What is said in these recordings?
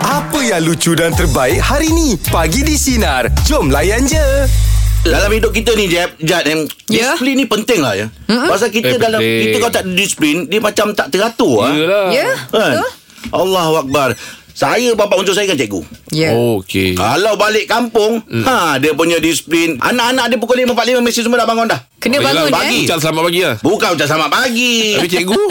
Apa yang lucu dan terbaik hari ni? Pagi di Sinar. Jom layan je. Dalam hidup kita ni Jeb Jad yang Ya. yeah. Disiplin ni penting lah ya mm-hmm. Pasal kita Eh, eh, dalam penting. Kita kalau tak ada disiplin Dia macam tak teratur lah Yelah Ya, kan? betul? Allahu Akbar saya bapa untuk saya kan cikgu. Ya. Oh okey Kalau balik kampung, mm. ha dia punya disiplin. Anak-anak dia pukul 5.45 mesti semua dah bangun dah. Kena bangun Yelah, pagi. eh. Ucap lah, selamat pagi lah Bukan ucap selamat pagi. Ah, eh, Tapi cikgu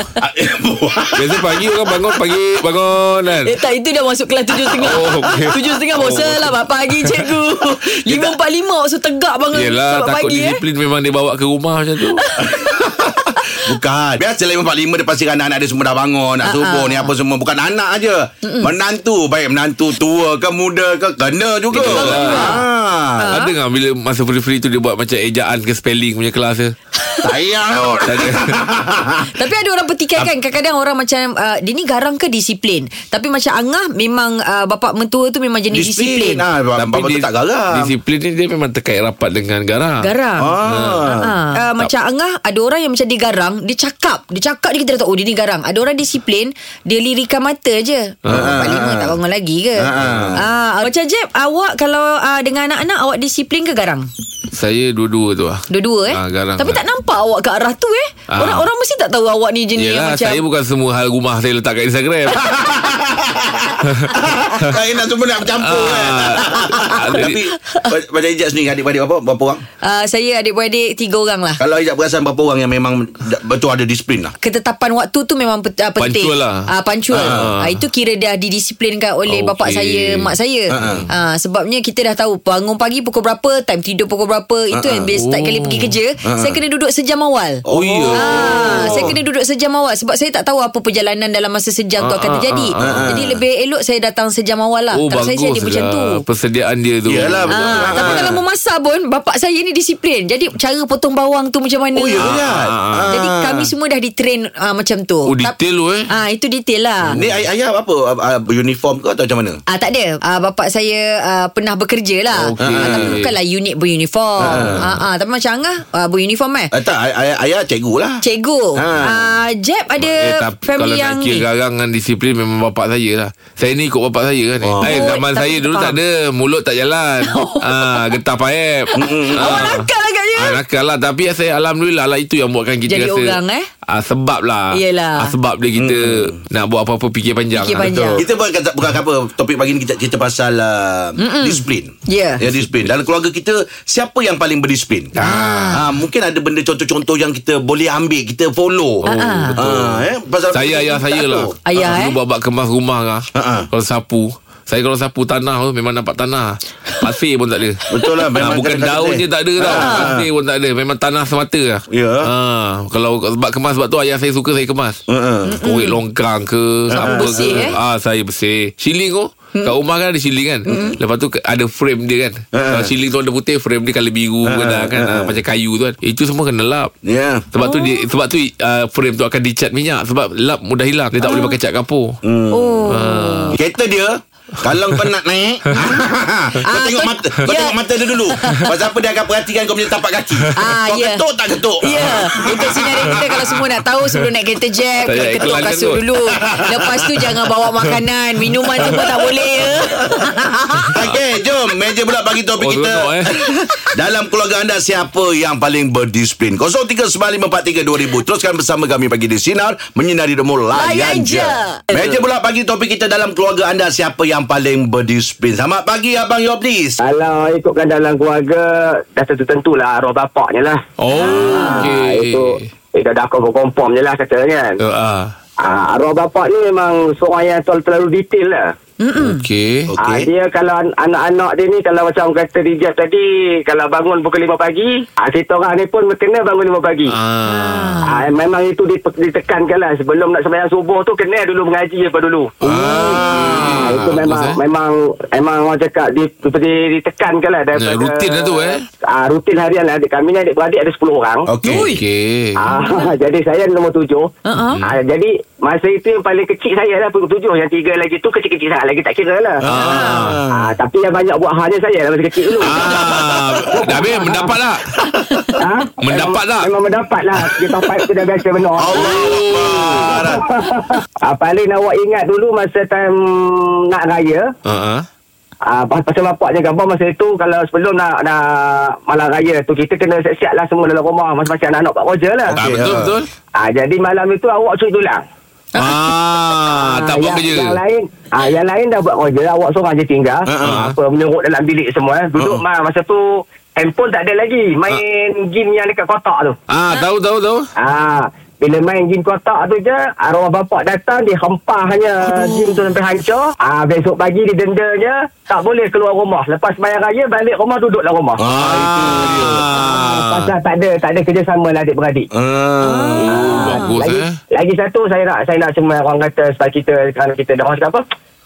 Biasa pagi orang bangun pagi Bangun kan Eh tak itu dah masuk kelas tujuh setengah Oh, okey. Tujuh setengah bosan lah Bapak pagi cikgu Lima empat lima So tegak bangun Yelah solat takut pagi eh disiplin Memang dia bawa ke rumah macam tu Bukan Biasa 5.45 dia pastikan anak-anak dia semua dah bangun Nak Ah, subuh ah. ni apa semua Bukan anak aja Menantu Baik menantu tua ke muda ke Kena juga Ah. Ah. ha. Ada nggak bila masa free-free tu Dia buat macam ejaan ke spelling punya kelas ke Sayang kot Tapi ada orang petikai kan Kadang-kadang orang macam uh, Dia ni garang ke disiplin Tapi macam Angah Memang uh, bapak mentua tu Memang jenis disiplin, ah, Bapa tu Tapi dis- tak garang Disiplin ni dia memang terkait rapat dengan garang Garang ah. Ah. Uh, macam Angah Ada orang yang macam dia garang Dia cakap Dia cakap je kita dah tahu oh, Dia ni garang Ada orang disiplin Dia lirikan mata je ah. 45 tak bangun lagi ke ah. Macam Jeb Awak kalau uh, Dengan anak-anak Awak disiplin ke garang? Saya dua-dua tu lah Dua-dua eh Ah, garang Tapi lah. tak nampak awak ke arah tu eh Ah. Orang orang mesti tak tahu awak ni jenis yang Yelah macam saya bukan semua hal rumah Saya letak kat Instagram Saya nak semua nak bercampur kan Ah. Ah. Tapi ma- Macam Ijaz sendiri Adik-adik apa Berapa orang uh, Saya adik-beradik tiga orang lah Kalau Ijaz perasan Berapa orang yang memang da- Betul ada disiplin lah ketetapan waktu tu memang pet, uh, penting. Punctual lah. Ah, punctual. Ah. Ah, itu kira dah didisiplinkan oleh Okey. okay. bapak saya, mak saya. Ah. Ah, sebabnya kita dah tahu bangun pagi pukul berapa, time tidur pukul berapa. Itu yang bila start Oh. kali pergi kerja, saya kena duduk sejam awal. Oh ya Ah, saya kena duduk sejam awal sebab saya tak tahu apa perjalanan dalam masa sejam tu Ah, akan ah, terjadi. ah, ah, Jadi lebih elok saya datang sejam awal lah. Oh kalau saya bagus jadi macam tu. lah Persediaan dia tu Yelah, betul. Ah, tapi Ah. kalau memasak pun bapak saya ni disiplin. Jadi cara potong bawang tu macam mana? Oh ya kan ah. Jadi kami semua dah ditrain uh, macam tu. Oh, Hmm. Tap- detail tu, eh? Ah itu detail lah. Ni ay- ayah apa Ah, ah, Uniform ke atau macam mana Ah tak ada. Ah bapak saya ah, pernah bekerja lah. Oh, Okey. Ah, tapi bukanlah unit beruniform. Ah ah tapi macam Angah ah, beruniform eh. Ah, tak, ay- ay- ayah cikgu lah. Cikgu. Ah. Ah Jeb ada Eh, tapi kalau family nak yang kira ni. garang dengan disiplin memang bapak saya lah. Saya ni ikut bapak saya kan. Oh. Oh. Eh, zaman Tapi saya dulu faham. tak ada. Mulut tak jalan. ah, getah paep. Oh, Awak nakal agaknya. Ah, nakal lah Tapi saya Alhamdulillah lah Itu yang buatkan kita Ya. Jadi rasa orang, eh? ah, Sebab lah Yelah. ah, Sebab dia kita Nak buat apa-apa Fikir panjang Fikir Ah, panjang. betul. Kita bukan kata, bukan apa topik pagi ni kita cerita pasal uh, disiplin. Ya. Ya disiplin. Dalam keluarga kita siapa yang paling berdisiplin? Ah. mungkin ada benda contoh-contoh yang kita boleh ambil, kita follow. Oh, ah, eh pasal Saya ayah saya tak lah tahu. Ayah, Dulu eh? bawa kemas rumah lah Ah, ah. Kalau sapu saya kalau sapu tanah tu Memang nampak tanah Pasir pun tak ada Betul lah, memang Ah, Bukan kadang-kadang tak daun ada. je tak ada tau Ah. Pasir pun tak ada Memang tanah semata lah Ya. Ah, Kalau sebab kemas Sebab tu ayah saya suka saya kemas Uh-uh. Korek Ha, longkang Ha, ke Apa Bersih, ke eh? ah, Saya bersih Siling tu Hmm. Kat rumah kan ada siling kan Lepas tu ke- ada frame dia kan Ha, Kalau siling tu ada putih Frame dia colour biru kadang kan Ah, Macam kayu tu kan Itu semua kena lap Ya. sebab Oh. tu dia, sebab tu uh, frame tu akan dicat minyak sebab lap mudah hilang. Dia tak Ah. boleh pakai cat kapur. Hmm. Oh. Ah. Kereta dia kalau kau nak naik Kau tengok kau- mata Kau Ya. tengok mata dia dulu Pasal apa dia akan perhatikan Kau punya tapak kaki Ah, Kau ya. ketuk tak ketuk Ah. Ya yeah. Itu sinarin kita Kalau semua nak tahu Sebelum naik kereta jeb Tak payah Ketuk iklan kan kasut kot. dulu Lepas tu jangan bawa makanan Minuman semua tak boleh ya Okey, jom meja pula bagi topik Oh, kita. seronok, eh. Dalam keluarga anda siapa yang paling berdisiplin? 0395432000. Teruskan bersama kami pagi di sinar menyinari demo layan Layan je. je. Meja pula bagi topik kita dalam keluarga anda siapa yang paling berdisiplin? Selamat pagi abang Yoblis. Kalau ikutkan dalam keluarga Dah tentu-tentu lah Arwah bapaknya lah Oh, Ah, okey. Itu Itu dah confirm-confirm je lah Katanya kan Uh, ah. Ah, Arwah bapak ni memang Seorang yang terlalu, terlalu detail lah Okey. Okey. Ah, dia kalau an- anak-anak dia ni kalau macam kata Rijal tadi kalau bangun pukul 5 pagi ah, kita orang ni pun kena bangun 5 pagi ah. Ah. Ah, memang itu dite- ditekankan lah sebelum nak sembahyang subuh tu kena dulu mengaji apa dulu Ah. Ah, itu Bagus, eh. memang memang memang memang orang cakap di seperti ditekankan lah Ya, daripada rutin lah tu, eh. Ah, rutin harian lah adik kami ni adik beradik ada 10 orang. Okey. Okey. Ah, jadi saya nombor tujuh. Uh-uh. Ah, jadi Masa itu yang paling kecil saya lah Pukul tujuh Yang tiga lagi tu Kecil-kecil sangat lagi Tak kira lah ah. Tapi yang banyak buat hal ni Saya lah masa kecil dulu Ah, dah habis mendapat tak? ha? Mendapat memang, tak? Oh, Memang mendapat lah Dia top up tu dah biasa benar Allah Akbar. ah, Paling awak ingat dulu Masa time Nak raya Ha. Ah, pas- pasal bapak je gambar masa itu kalau sebelum nak, nak malam raya tu kita kena siap-siap lah semua dalam rumah masing-masing anak-anak kat roja lah. Ah, Okey, betul ah. betul. Ah, jadi malam itu awak curi tulang. Ah, tak buat yang, kerja. Ha, Yang lain, ah, yang lain dah buat kerja. Awak seorang je tinggal. Ah, Ha-ha. Apa menyerut dalam bilik semua. eh. Duduk ma, masa tu handphone tak ada lagi. Main Ha. game yang dekat kotak tu. Ah, tahu tahu tahu. Ah, bila main game kotak tu je, arwah bapak datang, dia hempah hanya game tu sampai hancur. Ah, besok pagi dia denda je, tak boleh keluar rumah. Lepas bayar raya, balik rumah, duduk dalam rumah. Ah, Ah, Pasal tak ada, tak ada kerjasama lah adik-beradik. Ah. Ah, Oh, bagus lagi, eh. lagi satu saya nak saya nak cuma orang kata sebab kita kerana kita dah orang kata apa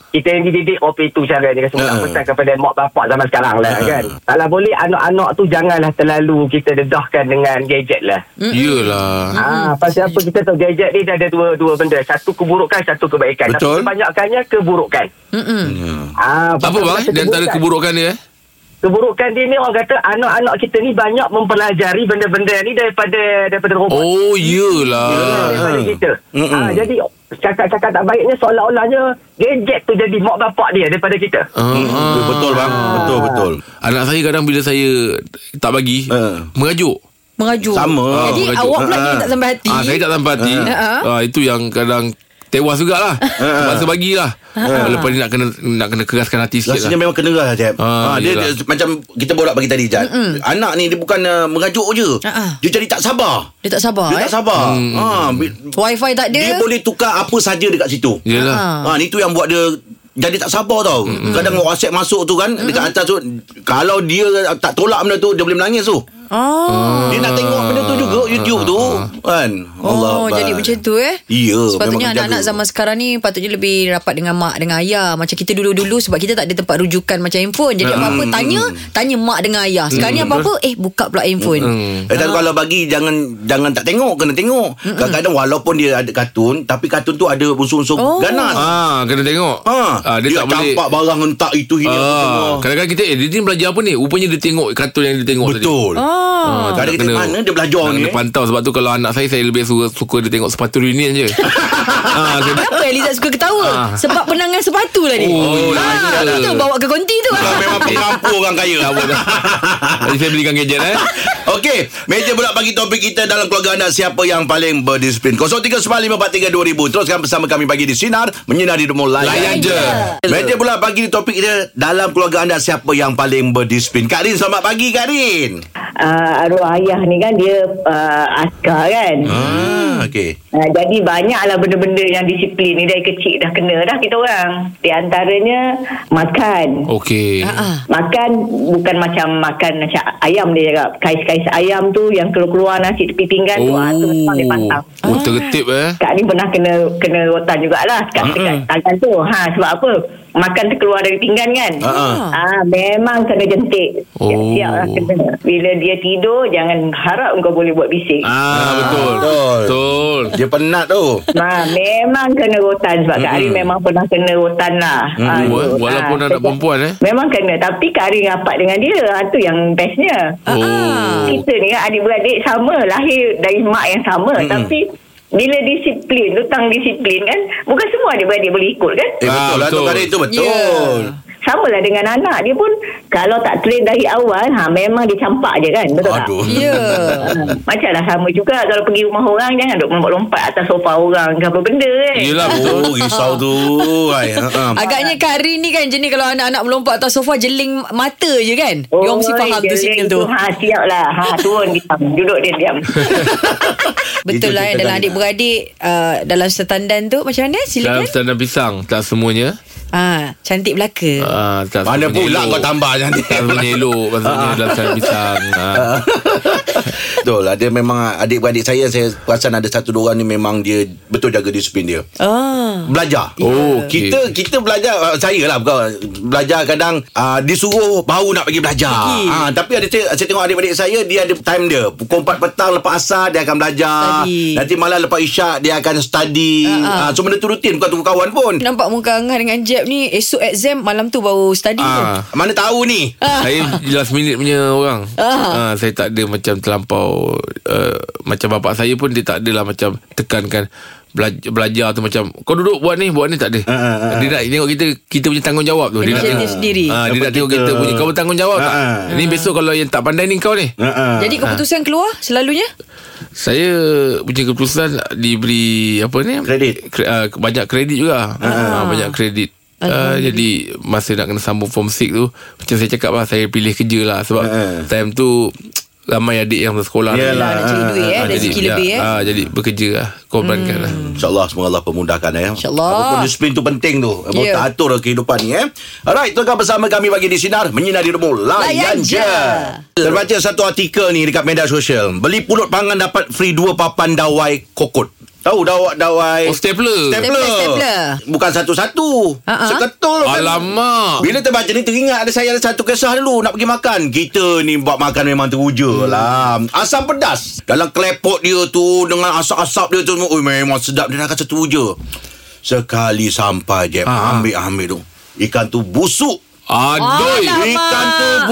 kita yang dididik OP itu cara dia semua Ah. uh. pesan kepada mak bapak zaman sekarang lah kan kalau boleh anak-anak tu janganlah terlalu kita dedahkan dengan gadget lah Iyalah. Ah, pasal apa kita tahu gadget ni dia ada dua dua benda. Satu keburukan, satu kebaikan. Betul. Tapi kebanyakannya keburukan. Mm-mm. Ah, Ya. Tak apa pasal bang, masa di antara keburukan dia eh. keburukan dia ni orang kata anak-anak kita ni banyak mempelajari benda-benda ni daripada daripada robot. Oh, ah. iyalah. daripada kita. Mm-mm. Ah, jadi cakap-cakap tak baiknya seolah-olahnya gadget tu jadi mak bapak dia daripada kita. Ah, Hmm, Betul bang Betul betul Anak saya kadang bila saya tak bagi, Ah. mengajuk. Merajuk Sama. Jadi Merajuk. awak pula Ha. jadi tak sampai hati Ah, saya tak sampai hati. Ah. Ah, itu yang kadang tewas jugalah. Ah. Masa bagilah. Ah, Lepas ni nak kena nak kena keraskan hati sikit Rasanya lah. memang kena lah Jeb ha, Ah, dia, dia, yelah. Macam kita borak bagi tadi Jeb Anak ni dia bukan uh, mengajuk je Ah, ah. Dia jadi tak sabar Dia tak sabar Dia eh? tak sabar Hmm. ha, bi- Wifi tak ada Dia boleh tukar apa saja dekat situ Yalah. Ah. Ha, ni tu yang buat dia jadi tak sabar tau. Mm-hmm. Kadang WhatsApp masuk tu kan mm-hmm. dekat atas tu kalau dia tak tolak benda tu dia boleh menangis tu. Oh, Dia Ah. nak tengok benda tu juga YouTube tu kan. oh jadi macam tu eh Ya, Sepatutnya memang kena anak-anak jaga. zaman sekarang ni Patutnya lebih rapat dengan mak Dengan ayah Macam kita dulu-dulu Sebab kita tak ada tempat rujukan Macam handphone Jadi Hmm. apa-apa tanya Tanya mak dengan ayah Sekarang ni apa-apa Eh buka pula handphone Eh, tapi kalau bagi jangan jangan tak tengok kena tengok. Kadang-kadang walaupun dia ada kartun tapi kartun tu ada unsur-unsur Oh. ganas. Ah, kena tengok. Ha, Ah, dia, tak boleh. campak barang hentak itu ini apa semua. Ah, kadang-kadang kita eh dia ni belajar apa ni? Rupanya dia tengok kartun yang dia tengok tadi. Betul. Ah, Tak ada kita mana dia belajar nak ni. kena eh. pantau sebab tu kalau anak saya saya lebih suka, suka dia tengok sepatu reunion je. ah, saya, Kenapa Eliza suka Ah. ketawa Sebab penangan sepatu lah ni Oh, ya, Ah, Eliza. Itu bawa ke konti tu Kalau memang pengampur orang kaya. Eh. tak buat dah. Jadi saya belikan gadget eh. Okey, meja bulat bagi topik kita dalam keluarga anda siapa yang paling berdisiplin. 0395432000. Teruskan bersama kami bagi di sinar menyinari demo layan, Layan je. Meja bulat bagi di topik kita dalam keluarga anda siapa yang paling berdisiplin. Kak Rin selamat pagi Kak Rin. uh, arwah ayah ni kan dia uh, askar kan. Hmm. Ah, okey. Uh, jadi banyaklah benda-benda yang disiplin ni dari kecil dah kena dah kita orang. Di antaranya makan. Okey. Ah, Makan bukan macam makan macam ayam dia cakap. Kais-kais ayam tu yang keluar-keluar nasi tepi pinggan tu. Ah, tu memang dia pantang. Oh, tertib eh. Kak ni pernah kena kena rotan jugalah kat dekat tangan tu. Ha sebab apa? Makan terkeluar dari pinggan kan. Ha-ha. Ah memang kena jentik. Oh. Siap-siap lah kena. Bila dia tidur jangan harap kau boleh buat bising. Ah, betul. betul. Betul. Dia penat tu. Ma, memang kena rotan sebab Kak Ari memang pernah kena rotan lah. Mm, Ha, wa- walaupun ha, anak perempuan, eh? Memang kena. Tapi Kak Ari rapat dengan dia. Ha, tu yang bestnya. Ah. Oh. Kita ni kan adik-beradik sama. Lahir dari mak yang sama. Hmm. Tapi bila disiplin, tentang disiplin kan. Bukan semua adik-beradik boleh ikut kan. Eh, Ah, betul lah tu betul. Kak Rin tu betul. Sama lah dengan anak dia pun. Kalau tak train dari awal, ha, memang dia campak je kan. Betul tak? Aduh. Ya yeah. Ha, macam lah sama juga kalau pergi rumah orang jangan duk lompat-lompat atas sofa orang ke apa benda kan. Yelah betul. Oh, risau tu. Ai, ha, ha. Agaknya Karin ni kan jenis kalau anak-anak melompat atas sofa jeling mata je kan. Oh, Dia orang mesti faham tu jeling signal tu. Ha, siap lah. Ha, turun diam. Duduk dia diam. Betul Itu lah eh, cerita dalam Karina. adik-beradik uh, dalam setandan tu macam mana Dalam silakan. standar pisang Tak semuanya Ah, cantik belaka. ah, tak Mana semuanya pula elok. kau tambah nanti. ah. Ah. Tak semuanya elok Maksudnya dalam standar pisang ah. Betul lah. Dia memang adik-beradik saya saya perasan ada satu dua orang ni memang dia betul jaga disiplin dia. Ah. Belajar. Oh, okey. kita kita belajar uh, saya lah bukan belajar kadang uh, disuruh baru nak pergi belajar. Pergi. Ah tapi ada saya, saya tengok adik-adik saya dia ada time dia. Pukul 4 petang lepas asar dia akan belajar. Study. Nanti malam lepas isyak dia akan study. Ah, ah. Uh-huh. so benda tu rutin bukan tunggu kawan pun. Nampak muka Angah dengan Jeb ni Esok exam Malam tu baru study tu Ah. Ha, Mana tahu ni. Saya last minute punya orang Ah. ah. Saya tak ada macam terlampau uh, Macam bapak saya pun Dia tak adalah macam Tekankan belajar, belajar tu macam Kau duduk buat ni Buat ni tak ada ah, ah. Dia nak tengok kita Kita punya tanggungjawab tu nak Inisiatif tengok- sendiri. ah, Dia Dapat nak tengok Eh, kita- kita punya Kau bertanggungjawab tak Ah, ah. Ni besok kalau yang tak pandai ni kau ni Uh-huh. Jadi keputusan keluar Selalunya Saya punya keputusan diberi apa ni? Kredit. Ha, Kre, uh, banyak kredit juga. Ah. banyak kredit. Uh, jadi masa nak kena sambung form 6 tu Macam saya cakap lah Saya pilih kerja lah Sebab Ah. time tu Ramai adik yang sekolah ni. Yelah, nak cari duit, ha, eh. Ah, jadi, Rezeki lebih, eh. Hmm. ah, Jadi bekerja lah Korbankan lah InsyaAllah semoga Allah pemudahkan eh. InsyaAllah. Apapun disiplin tu penting tu. Abang Ya. yeah. tak atur kehidupan ni eh. Alright, tengah bersama kami bagi di Sinar. Menyinari Remu. Layan Layan je. je. Terbaca satu artikel ni dekat media sosial. Beli pulut pangan dapat free dua papan dawai kokot. Tahu dawai dawai Oh stapler Stapler. Stapler. Bukan satu-satu. Ha-ha. Seketul. kan? Alamak Bila terbaca ni teringat ada saya ada satu kisah dulu nak pergi makan. Kita ni buat makan memang teruja hmm. lah. Asam pedas. Dalam klepot dia tu dengan asap-asap dia tu semua. Ui, memang sedap dia nak kata teruja. Sekali sampai je Ha, ha. ambil-ambil tu. Ikan tu busuk. Aduh Alamak. Ikan tu Tak Anyir.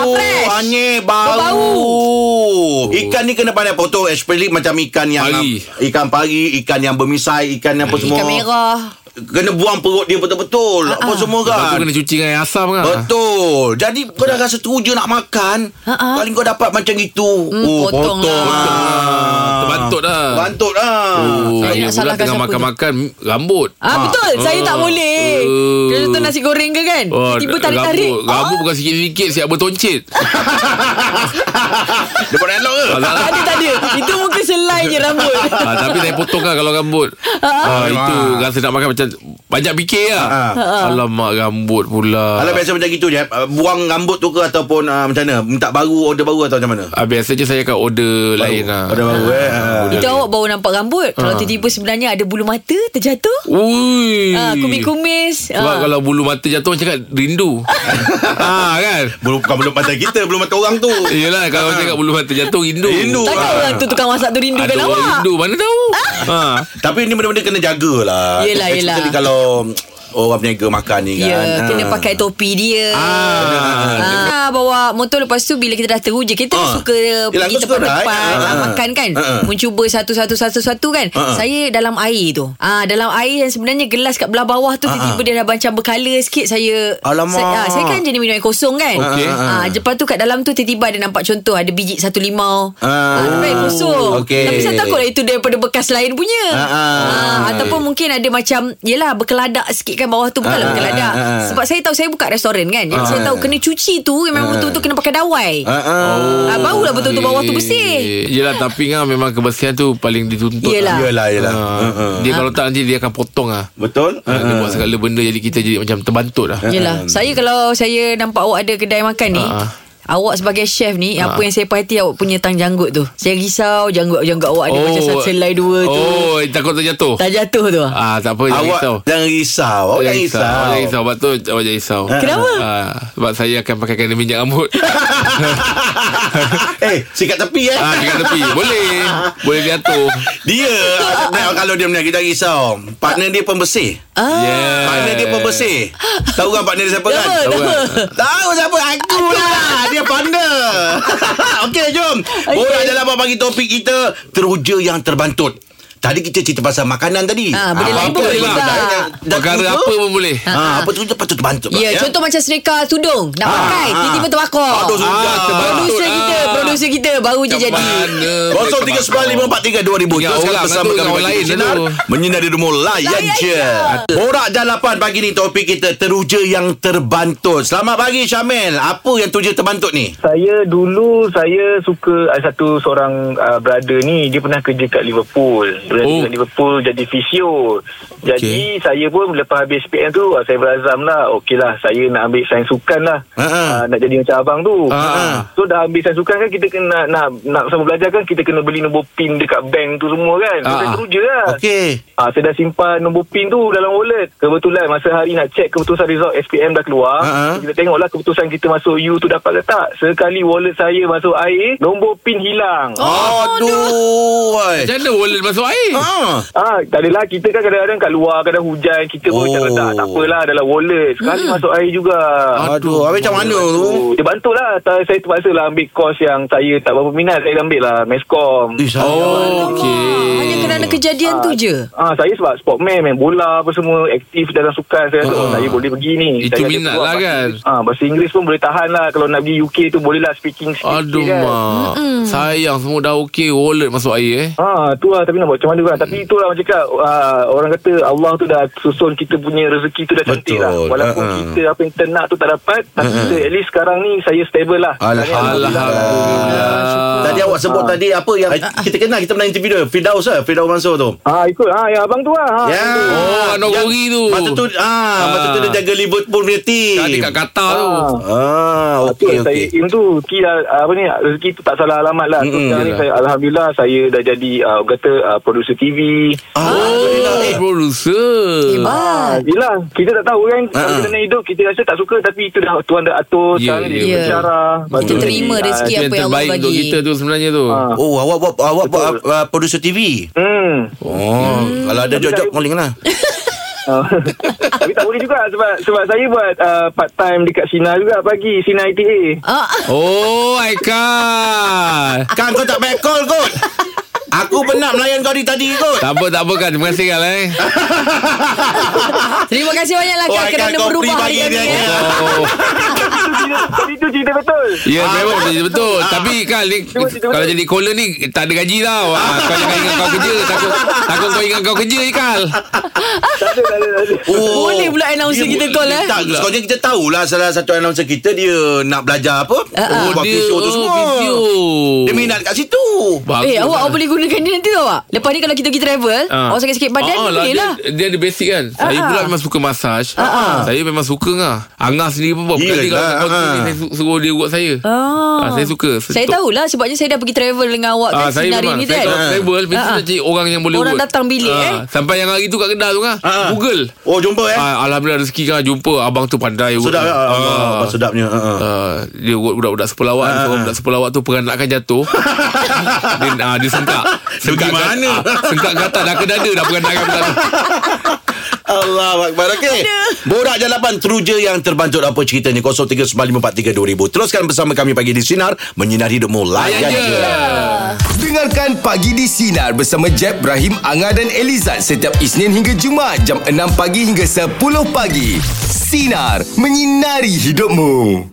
busuk fresh. Anyir bau Ikan ni kena pandai potong Especially macam ikan yang Pari. Ikan pari Ikan yang bermisai Ikan apa semua Ikan merah Kena buang perut dia betul-betul Ha, Apa semua Lepas tu kan kena cuci dengan air asam kan Betul Jadi kau dah rasa teruja nak makan Ha-ha. Paling kau dapat macam itu Ha, Oh, Hmm, potong lah. lah. Terbantut lah. Terbantut lah Oh, Tak nak saya pula salahkan tengah siapa tu. makan-makan Rambut Ah, betul Saya tak boleh Oh. Kalau tu nasi goreng ke kan Tiba-tiba tarik-tarik Ah. Rambut, rambut bukan sikit-sikit Siap bertoncit Dia buat elok ke? Ah, tak Tak lah. ada tak ada Itu muka selai je rambut Ah, tapi saya potong lah kalau rambut ah, Itu rasa nak makan macam Banyak fikir lah Ah. Alamak rambut pula Alah biasa macam gitu je uh, Buang rambut tu ke Ataupun uh, macam mana Minta baru Order baru atau macam mana ah, Biasa je saya akan order lain lah Order baru eh Ah. Itu awak baru nampak rambut Ah. Kalau tiba-tiba sebenarnya Ada bulu mata terjatuh Ui Ah, Kumis-kumis Sebab Ah. kalau bulu mata jatuh Macam kat rindu ah, kan Belum bukan belum mata kita, belum mata orang tu. Yelah kalau macam kat bulu mata jatuh Rindu Ah. Rindu. Takkan Ah. orang tu tukang masak tu rindukan Ada orang awak rindu Mana tahu ah. Tapi ni benda-benda kena jagalah. Yelah, yelah. Especially kalau orang peniaga makan ni Ya, kan. yeah, kena pakai topi dia. Ah. ah, bawa motor lepas tu bila kita dah teruja kita Ah. ah. suka Yelah, pergi kau suka tempat-tempat ride. ah. Ah. makan kan. Ah. Mencuba satu-satu satu-satu kan. Ah. Saya dalam air tu. Ah, dalam air yang sebenarnya gelas kat belah bawah tu tiba-tiba dia dah macam berkala sikit saya Ah, Alamak. Saya, ah, saya kan jenis minum air kosong kan. Okey. Ah, lepas tu kat dalam tu tiba-tiba ada nampak contoh ada biji satu limau. Ah. minum air kosong. Okey. Tapi saya takutlah itu daripada bekas lain punya. Ah, ah. ataupun mungkin ada macam yelah berkeladak sikit kan bawah tu bukanlah Ah, berkeladak. ah, ah. Sebab saya tahu saya buka restoran kan. Jadi saya tahu kena cuci tu memang betul-betul kena pakai dawai. Ha ah. Ah, barulah betul-betul bawah tu bersih. Eh, Yelah tapi kan memang kebersihan tu Paling dituntut Yelah. Yelah yelah. Ah, Ah, ah. Dia kalau tak nanti dia akan potong lah Betul? Ah, Dia buat segala benda Jadi kita jadi macam terbantut Ha. lah Yelah, saya kalau saya nampak awak ada kedai makan ni, Ah. Awak sebagai chef ni Apa yang saya perhati Awak punya tang janggut tu Saya risau Janggut-janggut awak Ada oh. macam satu selai dua tu Oh takut terjatuh Tak jatuh tu ah. Ah, tak apa jangan Awak risau jangan risau. Awak jangan risau. Ha, Awak jangan risau Sebab tu awak jangan risau Kenapa? ah, Sebab saya akan pakai kena minyak rambut Eh, sikat tepi eh. ah, Dekat tepi Boleh Boleh jatuh Ah. Dia nah, kalau dia meniaga jangan risau. Partner dia pembersih. Ah? Yeah Partner dia pembersih. Tahu kan partner dia siapa kan? Tahu, Tahu. tahu. Tahu siapa? Aku lah. Dia partner. Okey, jom. Borak dalam apa bagi topik kita teruja yang terbantut. Tadi kita cerita pasal makanan tadi. Ah, benda lain pun apa boleh lah. juga. Dah- dah Perkara teruja. apa pun boleh Ah, apa tu patut terbantut. Ya, contoh macam serika tudung Nak pakai ah. Tiba-tiba terbakar Aduh, sudah. Ah, terbantut Producer lah. kita Produser kita Baru je Macam jadi mana Kosong tiga sembilan lima empat tiga dua ribu. Ingat orang bersama tu, kami orang bagi lain sinar tu. menyinari rumah layan Layan je. Borak jalapan pagi ni topik kita teruja yang terbantut. Selamat pagi Syamil. Apa yang teruja terbantut ni? Saya eh, ah, dulu saya suka ada satu seorang uh, brother ni dia pernah kerja kat Liverpool. Pernah Oh. oh. Liverpool jadi fisio Jadi saya pun lepas habis PM tu ah, Saya berazam lah Okey lah saya nak ambil sains sukan lah Ha, ha. Ah, Nak jadi macam abang tu Ha, ha. So dah ambil sains sukan kan Kita kena nak, nak sama belajar kan Kita kena beli nombor PIN dekat bank tu semua kan so, Ha, Saya ha. teruja lah Okey. Ah, saya dah simpan nombor PIN tu dalam wallet. Kebetulan masa hari nak check keputusan result SPM dah keluar. Ha-ha. Kita tengoklah keputusan kita masuk U tu dapat ke tak. Sekali wallet saya masuk air, nombor PIN hilang. Oh. Aduh. wai. Macam mana wallet masuk air? Ah. Ah, tak adalah kita kan kadang-kadang kat luar kadang hujan kita Oh. pun oh. macam letak tak apalah dalam wallet sekali masuk air juga. Aduh, habis macam mana tu? Oh, dia bantulah Ta- saya terpaksa lah ambil kos yang saya tak berapa minat saya ambil lah meskom. Eh, sayang. Oh, Hanya okey. kerana kejadian tu je Ah saya sebab sportman main bola apa semua aktif dalam sukan saya rasa oh, saya boleh pergi ni. Itu saya ada minat peluang lah bahasa kan. Inggeris. Ah bahasa Inggeris pun boleh tahan lah kalau nak pergi UK tu boleh lah speaking sikit Aduh mak Sayang semua dah okey Wallet masuk air eh Ah tu lah tapi nak buat macam mana kan. Tapi itulah macam cakap ah, orang kata Allah tu dah susun kita punya rezeki tu dah cantik Betul. lah. Walaupun Ha-ha. kita apa yang kita nak tu tak dapat tapi kita at least sekarang ni saya stable lah. Alhamdulillah Tadi awak sebut tadi apa yang kita kenal kita pernah interview dia Firdaus ah Firdaus Mansur tu. Ah ikut ah ya abang tu lah. Ah, Ya. abang tu. Oh anak gori tu Masa tu ah, masa tu dia jaga Liverpool punya Kat team. dekat Qatar tu Ah. Ah, Okay, okey okey. saya im tu kira apa ni ah, rezeki tu tak salah alamat lah. Mm-mm. Mm-hmm. Sekarang ni saya alhamdulillah saya dah jadi uh, kata uh, producer TV. Ah, Alhamdulillah. Oh Eh, producer Eh, Ah, Hebat yelah, kita tak tahu Ah, kan ah. uh-huh. kita nak hidup kita rasa tak suka tapi itu dah Tuhan dah atur Ya, ya, sekarang dia Ah, betul. bercara. Kita terima rezeki apa Itu yang yang Allah terbaik untuk bagi kita tu sebenarnya tu Ah. Oh, awak buat awak buat Betul. uh, producer TV. Hmm. Oh, kalau ada job-job saya- calling lah. Ah. tapi tak boleh juga sebab sebab saya buat uh, part time dekat Sina juga pagi Sina ITA. Ah, Oh Aikal Kan kau tak back call kot. Aku penat melayan kau dari tadi kot. Tak apa tak apa kan Terima kasih Kal eh Terima kasih banyak lah Oh, Kak Aikal, Kerana kau berubah pergi hari bagi ini dia eh. ni. Oh Tapi itu cerita betul. Ya memang betul, betul. Ah. Tapi Kal ni Kalau jadi caller ni Tak ada gaji tau ah, Kau jangan ingat kau kerja Takut takut kau ingat kau kerja je Kal Tak ada tak ada. tak ada. Oh. Boleh pula announcer Dia kita bu- call dia eh Tak, sekurangnya kita tahulah salah satu announcer kita dia nak belajar apa. Oh buat dia Ah, video tu oh, semua. Video Dia minat kat situ. Bagus Eh awak lah. awak boleh gunakan dia nanti tau awak Lepas ni kalau kita pergi travel Ah. Awak Oh, sakit-sakit badan Ah, Boleh lah dia, dia ada basic kan Saya Ah. pula memang suka massage Ah. Saya memang suka ngah Angah sendiri pun Berapa Yelah, kali kalau kau ah. ni Saya su- suruh dia buat saya Ah. Ah, Saya suka Saya Untuk- tahulah Sebabnya saya dah pergi travel Dengan awak Ah, kan saya Sinar memang ini tu Saya kan kalau travel Mesti Ah. nak cari orang yang boleh Orang buat. datang bilik, Ah, eh. Sampai yang hari tu kat kedai tu ngah Ah. Google Oh, jumpa eh. Ah, Alhamdulillah rezeki kan Jumpa abang tu pandai buat. Sedap ya. Ah. Ah, sedapnya. Ha. ah. Uh, dia buat budak-budak sepelawat uh, Seorang budak sepelawat tu Peranakan jatuh dia, uh, dia sengkak Sengkak Pergi mana? uh, Sengkak kata Dah ke dada Dah peranakan budak tu Allah Akbar Okey Borak Jalapan Teruja yang terbancut Apa ceritanya 0395432000 Teruskan bersama kami Pagi di Sinar Menyinari hidupmu Layan Layan je je. Dengarkan Pagi di Sinar bersama Jeb, Ibrahim, Anga dan Elizad setiap Isnin hingga Jumaat jam 6 pagi hingga 10 pagi. Sinar, menyinari hidupmu.